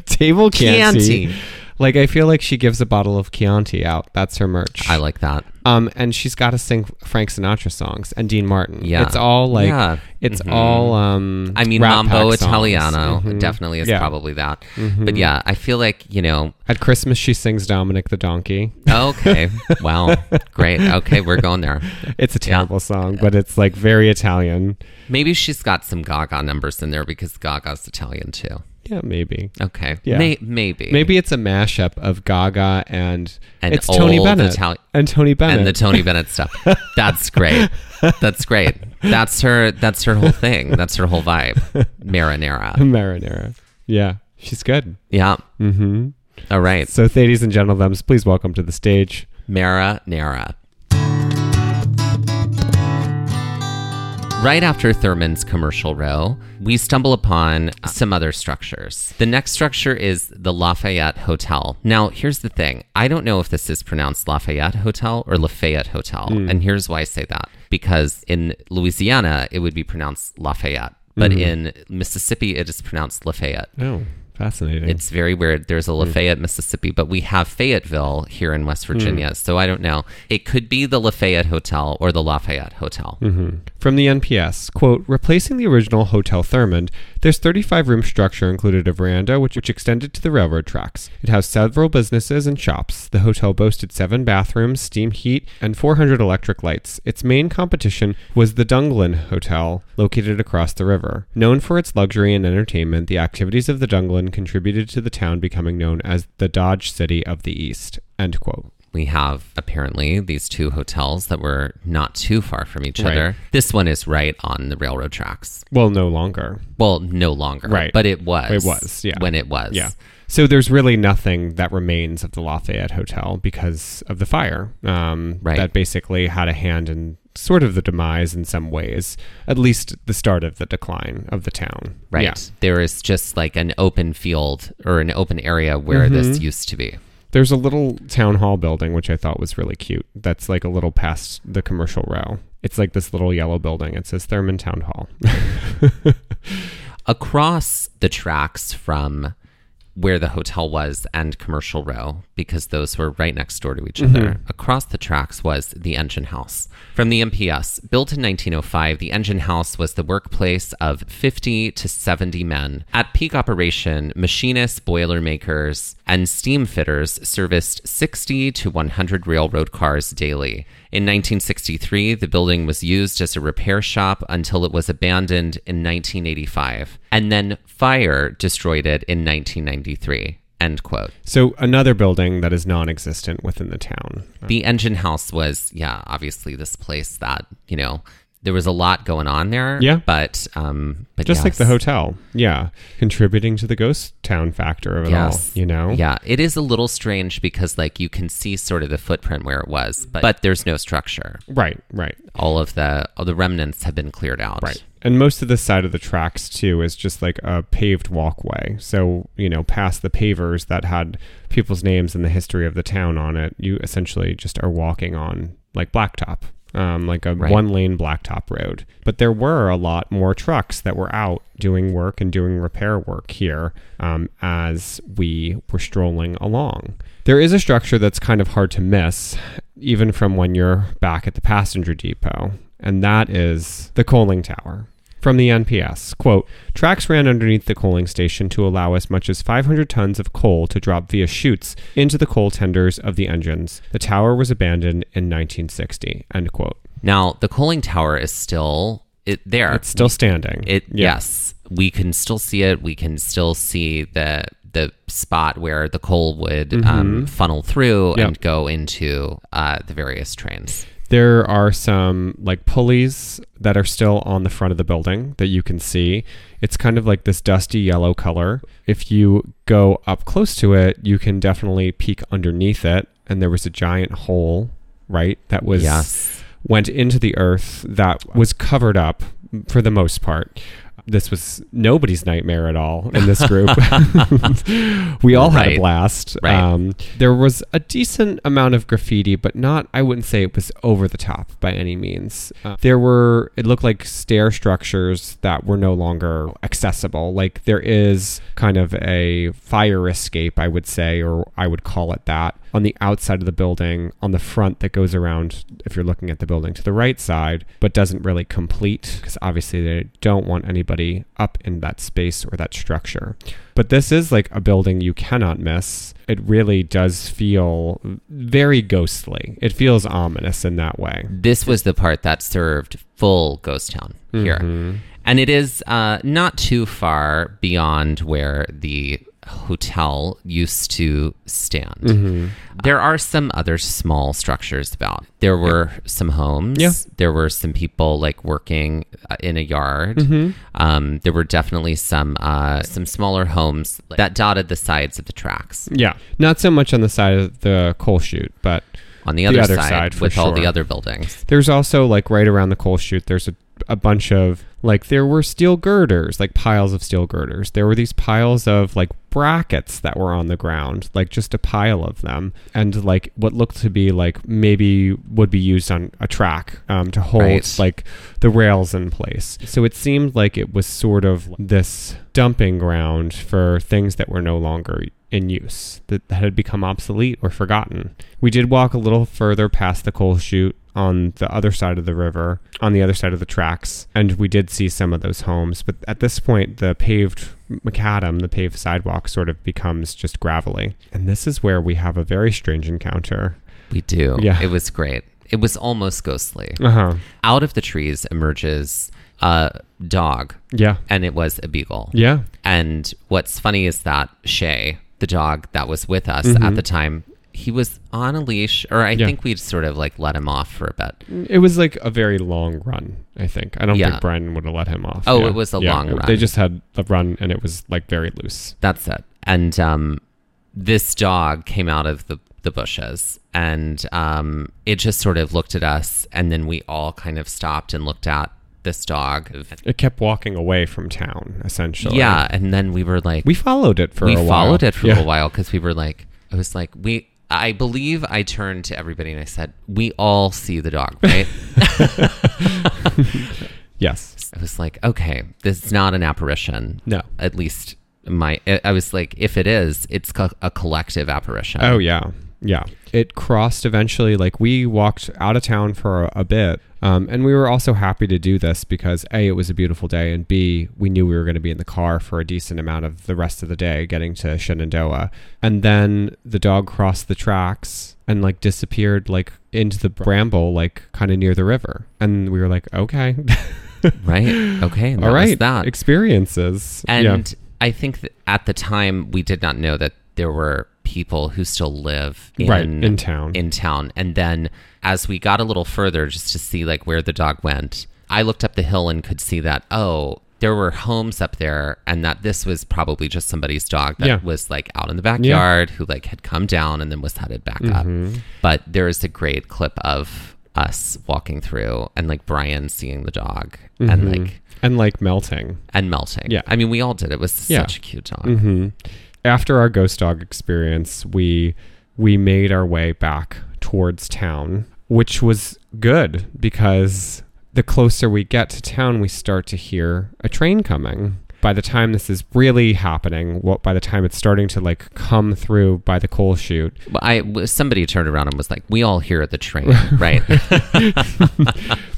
Speaker 1: [LAUGHS] table Chianti.
Speaker 2: Chianti.
Speaker 1: Like I feel like she gives a bottle of Chianti out. That's her merch.
Speaker 2: I like that.
Speaker 1: um, and she's got to sing Frank Sinatra songs and Dean Martin.
Speaker 2: Yeah.
Speaker 1: it's all like
Speaker 2: Yeah. Mm-hmm.
Speaker 1: it's all. Um,
Speaker 2: I mean,
Speaker 1: Rat
Speaker 2: Mambo
Speaker 1: Pack songs. Mm-hmm.
Speaker 2: Italiano definitely is
Speaker 1: Yeah. Mm-hmm.
Speaker 2: probably that. But yeah, I feel like, you know,
Speaker 1: At Christmas, she sings Dominic the
Speaker 2: [LAUGHS]
Speaker 1: Donkey.
Speaker 2: okay, wow, great. Okay, we're going there.
Speaker 1: It's a terrible song, but it's like very Italian.
Speaker 2: Maybe she's got some Gaga numbers in there because Gaga's Italian too.
Speaker 1: Yeah, maybe.
Speaker 2: Okay,
Speaker 1: Yeah.
Speaker 2: May- maybe.
Speaker 1: Maybe it's a mashup of Gaga and,
Speaker 2: And
Speaker 1: it's Tony
Speaker 2: old
Speaker 1: Bennett
Speaker 2: Itali-
Speaker 1: and Tony Bennett.
Speaker 2: and the Tony
Speaker 1: [LAUGHS]
Speaker 2: Bennett stuff. That's great. That's great. That's her. That's her whole thing. That's her whole vibe.
Speaker 1: [LAUGHS]
Speaker 2: Marinara.
Speaker 1: Marinara. Yeah, she's good.
Speaker 2: Yeah. Mm-hmm. All right.
Speaker 1: So, ladies and gentlemen, please welcome to the stage.
Speaker 2: Marinara. Right after Thurman's commercial row, we stumble upon some other structures. The next structure is the Lafayette Hotel. Now, here's the thing I don't know if this is pronounced Lafayette Hotel or Lafayette Hotel. And here's why I say that because in Louisiana, it would be pronounced Lafayette, but in Mississippi, it is pronounced Lafayette.
Speaker 1: Oh, fascinating.
Speaker 2: It's very weird. There's a
Speaker 1: Hmm.
Speaker 2: Lafayette, Mississippi, but we have Fayetteville here in West Virginia. So I don't know. It could be the Lafayette Hotel or the Lafayette Hotel.
Speaker 1: Hmm. From the NPS, quote, replacing the original Hotel Thurmond, this 35 room structure included a veranda which, which extended to the railroad tracks. It housed several businesses and shops. The hotel boasted seven bathrooms, steam heat, and 400 electric lights. Its main competition was the Dunglin Hotel, located across the river. Known for its luxury and entertainment, the activities of the Dunglin contributed to the town becoming known as the Dodge City of the East, end quote.
Speaker 2: We have apparently these two hotels that were not too far from each
Speaker 1: Right.
Speaker 2: other. This one is right on the railroad tracks.
Speaker 1: Well, no longer.
Speaker 2: Well, no longer.
Speaker 1: Right.
Speaker 2: But it was.
Speaker 1: It was, yeah.
Speaker 2: When it was.
Speaker 1: Yeah. So there's really nothing that remains of the Lafayette Hotel because of the fire um,
Speaker 2: Right.
Speaker 1: that basically had a hand in sort of the demise in some ways, at least the start of the decline of the town.
Speaker 2: Right.
Speaker 1: Yeah.
Speaker 2: There is just like an open field or an open area where
Speaker 1: Mm-hmm.
Speaker 2: this used to be.
Speaker 1: There's a little town hall building, which I thought was really cute. That's like a little past the commercial row. It's like this little yellow building. It says Thurman Town Hall. [LAUGHS]
Speaker 2: across the tracks from where the hotel was and commercial row because those were right next door to each other across the tracks was the engine house from the mps built in 1905 the engine house was the workplace of 50 to 70 men at peak operation machinists boilermakers and steam fitters serviced 60 to 100 railroad cars daily in 1963, the building was used as a repair shop until it was abandoned in 1985, and then fire destroyed it in 1993. End quote.
Speaker 1: So another building that is non-existent within the town.
Speaker 2: The engine house was, yeah, obviously this place that, you know, there was a lot going on there.
Speaker 1: Yeah.
Speaker 2: But, um, but
Speaker 1: Just like the
Speaker 2: yes.
Speaker 1: hotel. Yeah. Contributing to the ghost town factor of it all, you know?
Speaker 2: Yeah, it is a little strange because like you can see sort of the footprint where it was, but, but there's no structure.
Speaker 1: Right, right.
Speaker 2: All of the all the remnants have been cleared out.
Speaker 1: Right. And most of this side of the tracks, too, is just like a paved walkway. So, you know, past the pavers that had people's names and the history of the town on it, you essentially just are walking on like blacktop, um, like a
Speaker 2: Right.
Speaker 1: one lane blacktop road. But there were a lot more trucks that were out doing work and doing repair work here um, as we were strolling along. There is a structure that's kind of hard to miss, even from when you're back at the passenger depot, and that is the coaling tower. From the NPS, quote, tracks ran underneath the coaling station to allow as much as 500 tons of coal to drop via chutes into the coal tenders of the engines. The tower was abandoned in 1960, end quote.
Speaker 2: Now the cooling tower is still it there.
Speaker 1: It's still standing.
Speaker 2: It
Speaker 1: Yeah.
Speaker 2: yes, we can still see it. We can still see the the spot where the coal would um, funnel through
Speaker 1: Mm-hmm. Yep.
Speaker 2: and go into uh, the various trains.
Speaker 1: There are some like pulleys that are still on the front of the building that you can see. It's kind of like this dusty yellow color. If you go up close to it, you can definitely peek underneath it. And there was a giant hole, right? That was
Speaker 2: Yes.
Speaker 1: went into the earth that was covered up for the most part. This was nobody's nightmare at all in this
Speaker 2: [LAUGHS]
Speaker 1: group. [LAUGHS] we all had a
Speaker 2: Right.
Speaker 1: blast.
Speaker 2: Right.
Speaker 1: Um, there was a decent amount of graffiti, but not, I wouldn't say it was over the top by any means. Uh, there were, it looked like stair structures that were no longer accessible. Like there is kind of a fire escape, I would say, or I would call it that, on the outside of the building, on the front that goes around, if you're looking at the building to the right side, but doesn't really complete because obviously they don't want anybody up in that space or that structure. But this is like a building you cannot miss. It really does feel very ghostly. It feels ominous in that way.
Speaker 2: This was the part that served full ghost town here.
Speaker 1: Mm-hmm.
Speaker 2: And it is uh, not too far beyond where the hotel used to stand.
Speaker 1: Mm-hmm.
Speaker 2: There are some other small structures about. There were some homes.
Speaker 1: Yeah.
Speaker 2: There were some people like working uh, in a yard.
Speaker 1: Mm-hmm.
Speaker 2: Um, there were definitely some uh, some smaller homes that dotted the sides of the tracks.
Speaker 1: Yeah. Not so much on the side of the coal chute, but
Speaker 2: On the other,
Speaker 1: other
Speaker 2: side,
Speaker 1: side, for
Speaker 2: with all the
Speaker 1: sure.
Speaker 2: other buildings.
Speaker 1: There's also like right around the coal chute, there's a, a bunch of like there were steel girders, like piles of steel girders. There were these piles of like brackets that were on the ground, like just a pile of them, and like what looked to be like maybe would be used on a track um, to hold
Speaker 2: Right.
Speaker 1: like the rails in place. So it seemed like it was sort of this dumping ground for things that were no longer in use, that, that had become obsolete or forgotten. We did walk a little further past the coal chute on the other side of the river, on the other side of the tracks, and we did see some of those homes. But at this point, the paved macadam, the paved sidewalk, sort of becomes just gravelly. And this is where we have a very strange encounter.
Speaker 2: We do.
Speaker 1: Yeah.
Speaker 2: It was great. It was almost ghostly.
Speaker 1: Uh huh.
Speaker 2: Out of the trees emerges a dog,
Speaker 1: Yeah.
Speaker 2: and it was a beagle.
Speaker 1: Yeah.
Speaker 2: And what's funny is that Shay, the dog that was with us at the time, he was on a leash, or I
Speaker 1: Mm-hmm. Yeah.
Speaker 2: think we'd sort of like let him off for a bit.
Speaker 1: It was like a very long run, I think. I don't
Speaker 2: Yeah.
Speaker 1: think Brian would have let him off.
Speaker 2: Oh, it was a long
Speaker 1: it-
Speaker 2: run.
Speaker 1: They just had a run and it was like very loose.
Speaker 2: That's it. And um, this dog came out of the, the bushes and um, it just sort of looked at us. And then we all kind of stopped and looked at this dog.
Speaker 1: It kept walking away from town, essentially.
Speaker 2: Yeah. And then we were like,
Speaker 1: We followed it for
Speaker 2: we
Speaker 1: a while.
Speaker 2: followed it for
Speaker 1: Yeah.
Speaker 2: a while because we were like, I was like, we, I believe I turned to everybody and I said, we all see
Speaker 1: [LAUGHS]
Speaker 2: the dog, right?
Speaker 1: Yes.
Speaker 2: I was like, okay, this is not an apparition.
Speaker 1: No.
Speaker 2: At least my, I- I was like, if it is, it's co- a collective apparition.
Speaker 1: Oh, yeah. Yeah. It crossed eventually. Like we walked out of town for a, a bit. Um, and we were also happy to do this because A, it was a beautiful day. And B, we knew we were going to be in the car for a decent amount of the rest of the day getting to Shenandoah. And then the dog crossed the tracks and like disappeared like into the bramble, like kind of near the river. And we were like, okay. [LAUGHS]
Speaker 2: Right.
Speaker 1: [GASPS]
Speaker 2: Okay. and that
Speaker 1: All
Speaker 2: was
Speaker 1: right.
Speaker 2: that.
Speaker 1: Experiences. Yeah.
Speaker 2: And I think that at the time we did not know that there were people who still live in,
Speaker 1: Right, in town.
Speaker 2: in town. And then as we got a little further, just to see like where the dog went, I looked up the hill and could see that oh, there were homes up there, and that this was probably just somebody's dog that
Speaker 1: Yeah.
Speaker 2: was like out in the backyard who like had come down and then was headed back
Speaker 1: Mm-hmm.
Speaker 2: up. But there is a great clip of us walking through and like Brian seeing the dog and like
Speaker 1: and like melting.
Speaker 2: and melting.
Speaker 1: Mm-hmm. Yeah.
Speaker 2: I mean, we all did. It was
Speaker 1: Yeah. Mm.
Speaker 2: such a cute dog.
Speaker 1: After our ghost dog experience, we we made our way back towards town, which was good because the closer we get to town, we start to hear a train coming. By the time this is really happening, what by the time it's starting to like come through by the coal chute,
Speaker 2: But I w- somebody turned around and was like, "We all hear
Speaker 1: [LAUGHS]
Speaker 2: the train, right?"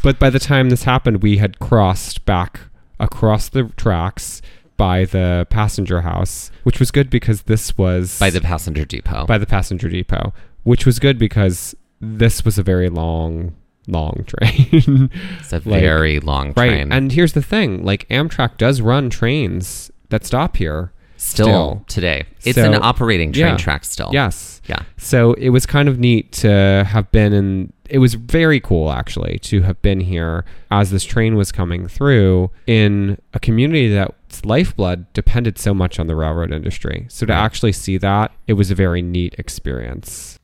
Speaker 1: But by the time this happened, we had crossed back across the tracks by the passenger house, which was good because this was
Speaker 2: By the passenger depot.
Speaker 1: by the passenger depot, which was good because this was a very long, long [LAUGHS] train.
Speaker 2: it's a
Speaker 1: like-
Speaker 2: very long
Speaker 1: right.
Speaker 2: train.
Speaker 1: And here's the thing: like Amtrak does run trains that stop here.
Speaker 2: still,
Speaker 1: still.
Speaker 2: today, it's
Speaker 1: So-
Speaker 2: an operating train
Speaker 1: yeah.
Speaker 2: track still.
Speaker 1: Yes.
Speaker 2: Oh. yeah.
Speaker 1: So it was kind of neat to have been in. It was very cool, actually, to have been here as this train was coming through in a community that's lifeblood depended so much on the railroad industry. So to actually see that, it was a very neat experience.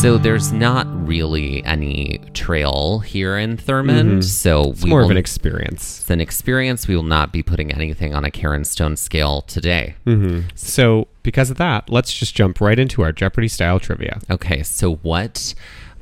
Speaker 2: So there's not really any trail here in Thurmond. So
Speaker 1: Mm-hmm. It's more of an experience.
Speaker 2: it's an experience. We will not be putting anything on a Karen Stone scale today.
Speaker 1: Hmm. So because of that, let's just jump right into our Jeopardy style trivia.
Speaker 2: Okay. So what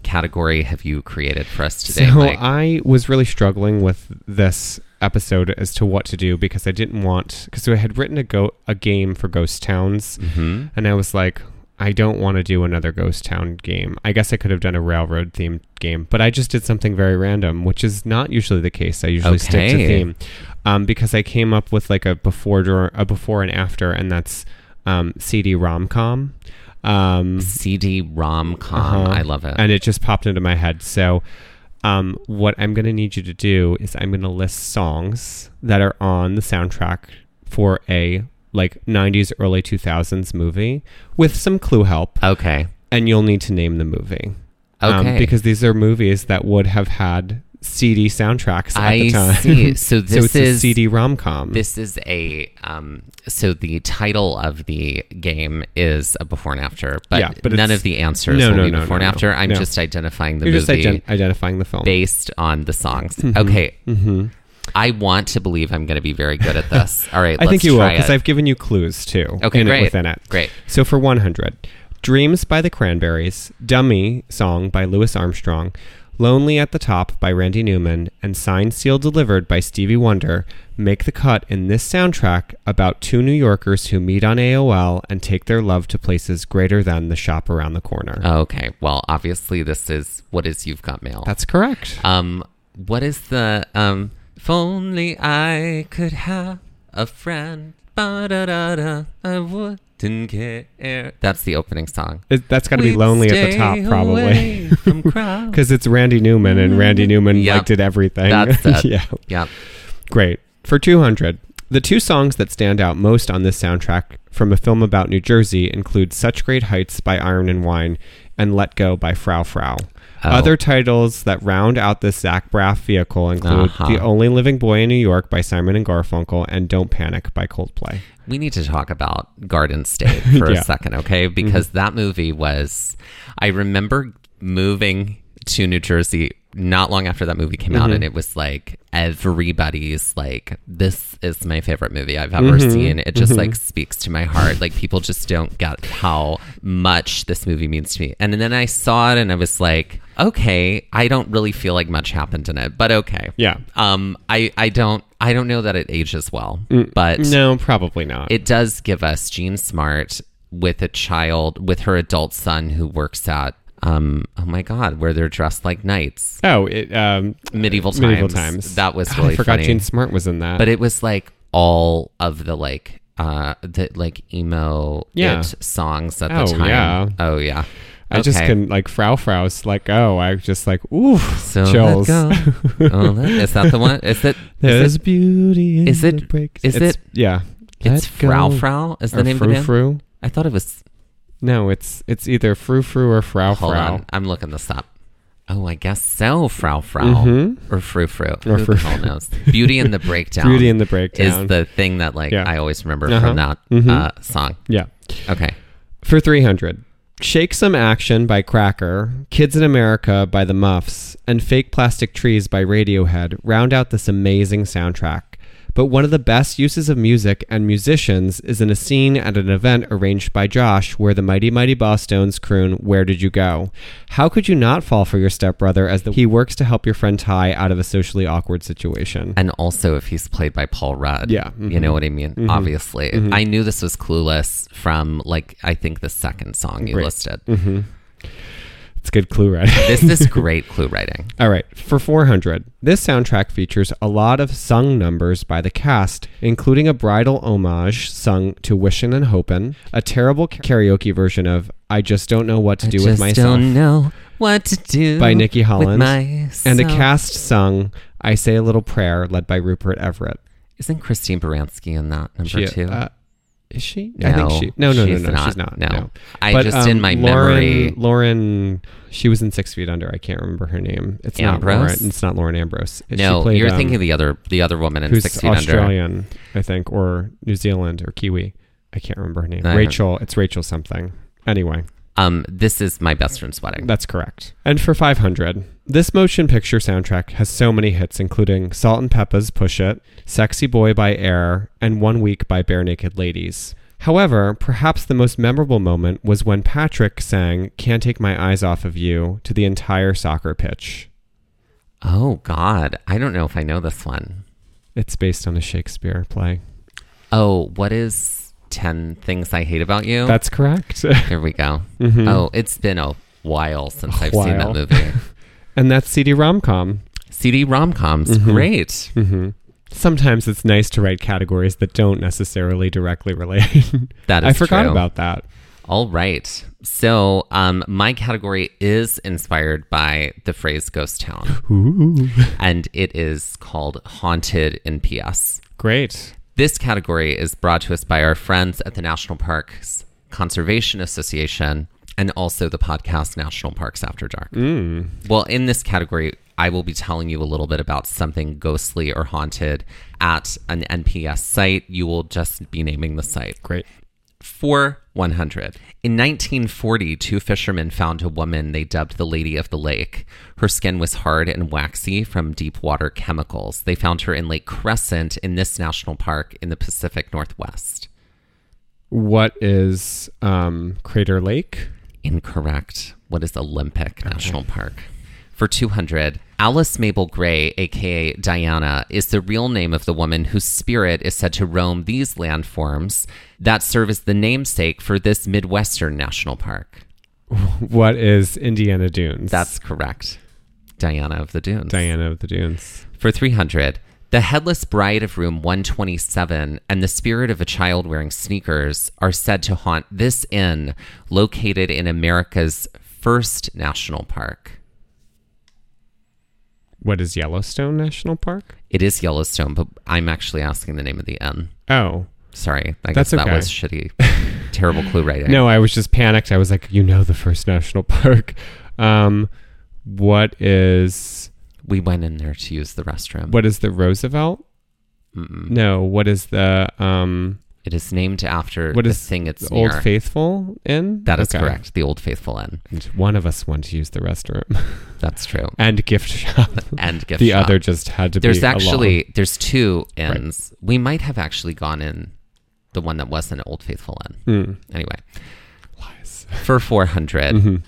Speaker 2: category have you created for us today?
Speaker 1: So uh,
Speaker 2: Mike?
Speaker 1: I was really struggling with this episode as to what to do because I didn't want because I had written a go a game for ghost towns,
Speaker 2: Mm-hmm.
Speaker 1: and I was like, I don't want to do another ghost town game. I guess I could have done a railroad themed game, but I just did something very random, which is not usually the case. I usually stick
Speaker 2: Okay.
Speaker 1: to theme, um, because I came up with like a before dur- a before and after, and that's um, CD rom com. Um,
Speaker 2: CD rom com.
Speaker 1: uh-huh.
Speaker 2: Um, I love it.
Speaker 1: And it just popped into my head. So, um, what I'm going to need you to do is I'm going to list songs that are on the soundtrack for a like 90s, early 2000s movie with some clue help,
Speaker 2: okay.
Speaker 1: and you'll need to name the movie. Um,
Speaker 2: Okay.
Speaker 1: because these are movies that would have had CD soundtracks at
Speaker 2: I
Speaker 1: the time. [LAUGHS]
Speaker 2: see. So this
Speaker 1: it's
Speaker 2: is-
Speaker 1: a CD rom com.
Speaker 2: This is a um, so the title of the game is a before and after, but,
Speaker 1: Yeah, but
Speaker 2: none
Speaker 1: it's-
Speaker 2: of the answers
Speaker 1: No,
Speaker 2: will
Speaker 1: no,
Speaker 2: be
Speaker 1: no,
Speaker 2: before
Speaker 1: no,
Speaker 2: and
Speaker 1: no.
Speaker 2: after. I'm
Speaker 1: No.
Speaker 2: just identifying the
Speaker 1: You're just
Speaker 2: movie
Speaker 1: ident- Mm-hmm. identifying the film.
Speaker 2: based on the songs. Okay. I want to believe I'm going to be very good at
Speaker 1: [LAUGHS]
Speaker 2: this. All right,
Speaker 1: I
Speaker 2: let's
Speaker 1: think you will
Speaker 2: try
Speaker 1: because
Speaker 2: it.
Speaker 1: I've given you clues too.
Speaker 2: Okay,
Speaker 1: in
Speaker 2: great.
Speaker 1: It, within it,
Speaker 2: Great.
Speaker 1: So for 100, "Dreams" by the Cranberries, "Dummy" song by Louis Armstrong, "Lonely at the Top" by Randy Newman, and "Signed, Sealed, Delivered" by Stevie Wonder make the cut in this soundtrack about two New Yorkers who meet on AOL and take their love to places greater than the shop around the corner.
Speaker 2: Okay. Well, obviously this is what is you've got mail.
Speaker 1: That's correct.
Speaker 2: um, what is the um? If only I could have a friend. Ba-da-da-da, I wouldn't care. That's the opening song.
Speaker 1: It- that's got to be
Speaker 2: uh, We'd
Speaker 1: lonely at the
Speaker 2: stay
Speaker 1: top, probably. [LAUGHS]
Speaker 2: away from crowds.
Speaker 1: Because it's Randy Newman, and Randy Newman
Speaker 2: [LAUGHS] Yep.
Speaker 1: like did everything. [LAUGHS]
Speaker 2: That's it.
Speaker 1: yeah.
Speaker 2: yeah.
Speaker 1: Great. For 200, the two songs that stand out most on this soundtrack from a film about New Jersey include Such Great Heights by Iron and Wine and Let Go by Frau Frau.
Speaker 2: Oh.
Speaker 1: Other titles that round out this Zach Braff vehicle include
Speaker 2: Uh-huh.
Speaker 1: The Only Living Boy in New York by Simon and Garfunkel and Don't Panic by Coldplay.
Speaker 2: We need to talk about
Speaker 1: [LAUGHS]
Speaker 2: Garden State for
Speaker 1: Yeah. Mm-hmm.
Speaker 2: a second, okay? Because that movie was. I remember moving to New Jersey not long after that movie came
Speaker 1: Mm-hmm.
Speaker 2: out, and it was like everybody's like, "This is my favorite movie I've ever
Speaker 1: Mm-hmm.
Speaker 2: seen." It just like speaks to my heart. Like people just don't get how much this movie means to me. And then I saw it, and I was like, "Okay, I don't really feel like much happened in it, but okay."
Speaker 1: Yeah.
Speaker 2: Um. I I don't. I don't know that it ages well, but
Speaker 1: Mm. No, probably not.
Speaker 2: it does give us Jean Smart with a child with her adult son who works at um oh my god where they're dressed like knights
Speaker 1: oh, it, um,
Speaker 2: medieval times
Speaker 1: medieval times.
Speaker 2: that was
Speaker 1: God,
Speaker 2: really
Speaker 1: I forgot
Speaker 2: funny
Speaker 1: Gene Smart was in that.
Speaker 2: but it was like all of the like uh the like emo
Speaker 1: Yeah.
Speaker 2: it songs at
Speaker 1: Oh,
Speaker 2: the time
Speaker 1: yeah.
Speaker 2: oh yeah
Speaker 1: I just
Speaker 2: Okay.
Speaker 1: can like Frau Frau's Let Go. I just like, ooh,
Speaker 2: so
Speaker 1: chills. [LAUGHS]
Speaker 2: let go. Oh, that- is that the one is it is
Speaker 1: There's
Speaker 2: it,
Speaker 1: beauty. in
Speaker 2: is
Speaker 1: the
Speaker 2: it-
Speaker 1: breaks.
Speaker 2: is
Speaker 1: It's-
Speaker 2: it-
Speaker 1: Yeah. Let
Speaker 2: It's
Speaker 1: go.
Speaker 2: Frau Frau is the
Speaker 1: Or
Speaker 2: name of the
Speaker 1: Frou
Speaker 2: band.
Speaker 1: Frou?
Speaker 2: I thought it was.
Speaker 1: No, it's it's either Frou Frou or Frau
Speaker 2: Hold
Speaker 1: Frau.
Speaker 2: on, I'm looking this up. Oh, I guess so. Frau Frau
Speaker 1: Mhm.
Speaker 2: or Frou Frou.
Speaker 1: Or
Speaker 2: Who
Speaker 1: Frou
Speaker 2: the hell
Speaker 1: Frou.
Speaker 2: knows? Beauty
Speaker 1: [LAUGHS]
Speaker 2: and the Breakdown.
Speaker 1: Beauty and the Breakdown.
Speaker 2: is the thing that like
Speaker 1: Yeah.
Speaker 2: I always remember
Speaker 1: Uh-huh.
Speaker 2: from that
Speaker 1: Mhm.
Speaker 2: uh, song.
Speaker 1: yeah.
Speaker 2: Okay.
Speaker 1: For 300. Shake Some Action by Cracker, Kids in America by The Muffs, and Fake Plastic Trees by Radiohead round out this amazing soundtrack. But one of the best uses of music and musicians is in a scene at an event arranged by Josh where the mighty mighty Boston's croon Where Did You Go? How could you not fall for your stepbrother as the, he works to help your friend Ty out of a socially awkward situation?
Speaker 2: And also, if he's played by Paul Rudd,
Speaker 1: Yeah, Mm-hmm.
Speaker 2: you know what I mean. Obviously, I knew this was Clueless from like I think the second song you listed.
Speaker 1: Mm-hmm. It's a good clue, [LAUGHS] right?
Speaker 2: This is great clue writing.
Speaker 1: All right, for 400, this soundtrack features a lot of sung numbers by the cast, including a bridal homage sung to Wishin' and Hopin', a terrible ca- karaoke version of I Just Don't Know What to Do With
Speaker 2: Just
Speaker 1: Myself
Speaker 2: don't know what to do
Speaker 1: by Nikki Hollins,
Speaker 2: with
Speaker 1: and a
Speaker 2: myself.
Speaker 1: cast sung I Say a Little Prayer led by Rupert Everett.
Speaker 2: Isn't Christine Baranski in that number
Speaker 1: She-
Speaker 2: two?
Speaker 1: uh, is she? I think she. No, no, no, no, she's not.
Speaker 2: No,
Speaker 1: No.
Speaker 2: I
Speaker 1: But,
Speaker 2: just
Speaker 1: um,
Speaker 2: in my
Speaker 1: Lauren,
Speaker 2: memory.
Speaker 1: Lauren, she was in Six Feet Under. I can't remember her name. It's not
Speaker 2: Ambrose?
Speaker 1: Lauren. It's not Lauren Ambrose. She
Speaker 2: No,
Speaker 1: played,
Speaker 2: you're
Speaker 1: um,
Speaker 2: thinking the other the other woman in
Speaker 1: who's
Speaker 2: Six Feet Under.
Speaker 1: Australian, I think, or New Zealand or Kiwi. I can't remember her name.
Speaker 2: I don't-
Speaker 1: Rachel. It's Rachel something. Anyway,
Speaker 2: Um, this is my best friend's wedding.
Speaker 1: that's correct. And for 500, this motion picture soundtrack has so many hits, including Salt and Peppa's Push It, Sexy Boy by Air, and One Week by Bare Naked Ladies. However, perhaps the most memorable moment was when Patrick sang Can't Take My Eyes Off of You to the entire soccer pitch.
Speaker 2: Oh God, I don't know if I know this one.
Speaker 1: It's based on a Shakespeare play.
Speaker 2: Oh, what is ten things I hate about you?
Speaker 1: That's correct. [LAUGHS]
Speaker 2: Here we go. Oh, it's been a while since i I've seen that
Speaker 1: Mm-hmm. while. [LAUGHS]
Speaker 2: movie.
Speaker 1: and that's CD rom com.
Speaker 2: CD rom coms,
Speaker 1: Mm-hmm.
Speaker 2: great.
Speaker 1: Sometimes it's nice to write categories that don't necessarily directly relate. [LAUGHS]
Speaker 2: That is
Speaker 1: I forgot
Speaker 2: true.
Speaker 1: about that.
Speaker 2: All right. So, um, my category is inspired by the phrase
Speaker 1: [GASPS]
Speaker 2: ghost town,
Speaker 1: Ooh.
Speaker 2: and it is called haunted in PS.
Speaker 1: Great.
Speaker 2: This category is brought to us by our friends at the National Parks Conservation Association and also the podcast National Parks After Dark. Well, in this category, I will be telling you a little bit about something ghostly or haunted at an NPS site. You will just be naming the site.
Speaker 1: Great.
Speaker 2: For 100. In 1940, two fishermen found a woman they dubbed the Lady of the Lake. Her skin was hard and waxy from deep water chemicals. They found her in Lake Crescent in this national park in the Pacific Northwest.
Speaker 1: What is um, Crater Lake?
Speaker 2: Incorrect. What is Olympic National Park? For 200, Alice Mabel Gray, aka Diana, is the real name of the woman whose spirit is said to roam these landforms that serve as the namesake for this Midwestern National Park.
Speaker 1: What is Indiana Dunes?
Speaker 2: That's correct. Diana of the Dunes.
Speaker 1: Diana of the Dunes.
Speaker 2: For 300, the headless bride of room 127 and the spirit of a child wearing sneakers are said to haunt this inn located in America's first national park.
Speaker 1: What is Yellowstone National Park?
Speaker 2: It is Yellowstone, but I'm actually asking the name of the inn.
Speaker 1: Oh.
Speaker 2: Sorry. I
Speaker 1: That's
Speaker 2: guess that
Speaker 1: okay. [LAUGHS]
Speaker 2: was shitty. Terrible clue writing.
Speaker 1: No, I was just panicked. I was like, you know, the first national [LAUGHS] park. Um, what is
Speaker 2: We went in there to use the restroom.
Speaker 1: what is the Roosevelt? No, what is the um,
Speaker 2: It is named after
Speaker 1: what
Speaker 2: the
Speaker 1: is
Speaker 2: thing it's
Speaker 1: the Old
Speaker 2: near.
Speaker 1: Faithful in?
Speaker 2: that is
Speaker 1: Okay.
Speaker 2: correct. The Old Faithful Inn.
Speaker 1: One of us went to use the restroom [LAUGHS]
Speaker 2: That's true.
Speaker 1: and gift shop.
Speaker 2: And gift
Speaker 1: the
Speaker 2: shop.
Speaker 1: other just had to be
Speaker 2: There's
Speaker 1: along.
Speaker 2: actually there's two inns. We might have actually gone in the one that was an Old Faithful inn. Anyway, for 400,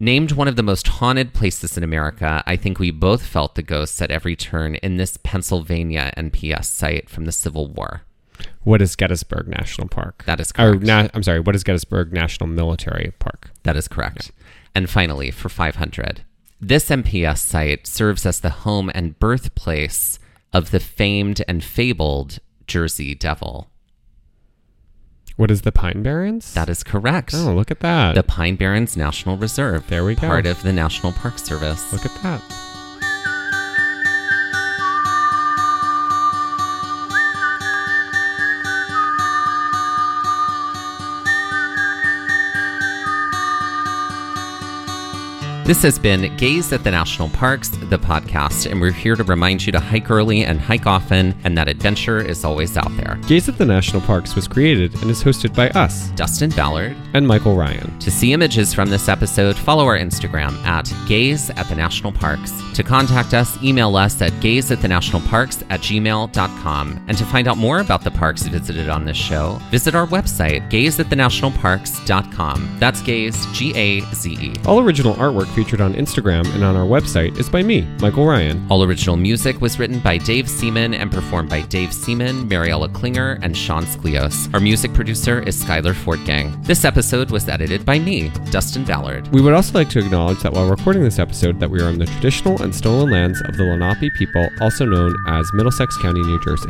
Speaker 2: named one of the most haunted places in America. I think we both felt the ghosts at every turn in this Pennsylvania NPS site from the Civil War.
Speaker 1: what is Gettysburg National Park?
Speaker 2: That is
Speaker 1: Or
Speaker 2: correct.
Speaker 1: na- I'm sorry. What is Gettysburg National Military Park?
Speaker 2: That is correct. And finally, for 500, this MPS site serves as the home and birthplace of the famed and fabled Jersey Devil.
Speaker 1: What is the Pine Barrens?
Speaker 2: That is correct.
Speaker 1: oh, look at that.
Speaker 2: the Pine Barrens National Reserve.
Speaker 1: There we go.
Speaker 2: Part of the National Park Service.
Speaker 1: look at that.
Speaker 2: This has been Gaze at the National Parks, the podcast, and we're here to remind you to hike early and hike often, and that adventure is always out there.
Speaker 1: Gaze at the National Parks was created and is hosted by us
Speaker 2: Dustin Ballard.
Speaker 1: and Michael Ryan.
Speaker 2: To see images from this episode, follow our Instagram at Gaze at the National Parks. To contact us, email us at gaze at the national parks at gmail.com. And to find out more about the parks visited on this show, visit our website, gaze at the national parks.com. That's gaze, G A Z E.
Speaker 1: All original artwork featured on Instagram and on our website is by me, Michael Ryan.
Speaker 2: All original music was written by Dave Seaman and performed by Dave Seaman, Mariella Klinger, and Sean Sklios. Our music producer is Skylar Fortgang. This episode was edited by me, Dustin Ballard.
Speaker 1: We would also like to acknowledge that while recording this episode that we are on the traditional and stolen lands of the Lenape people, also known as Middlesex County, New Jersey.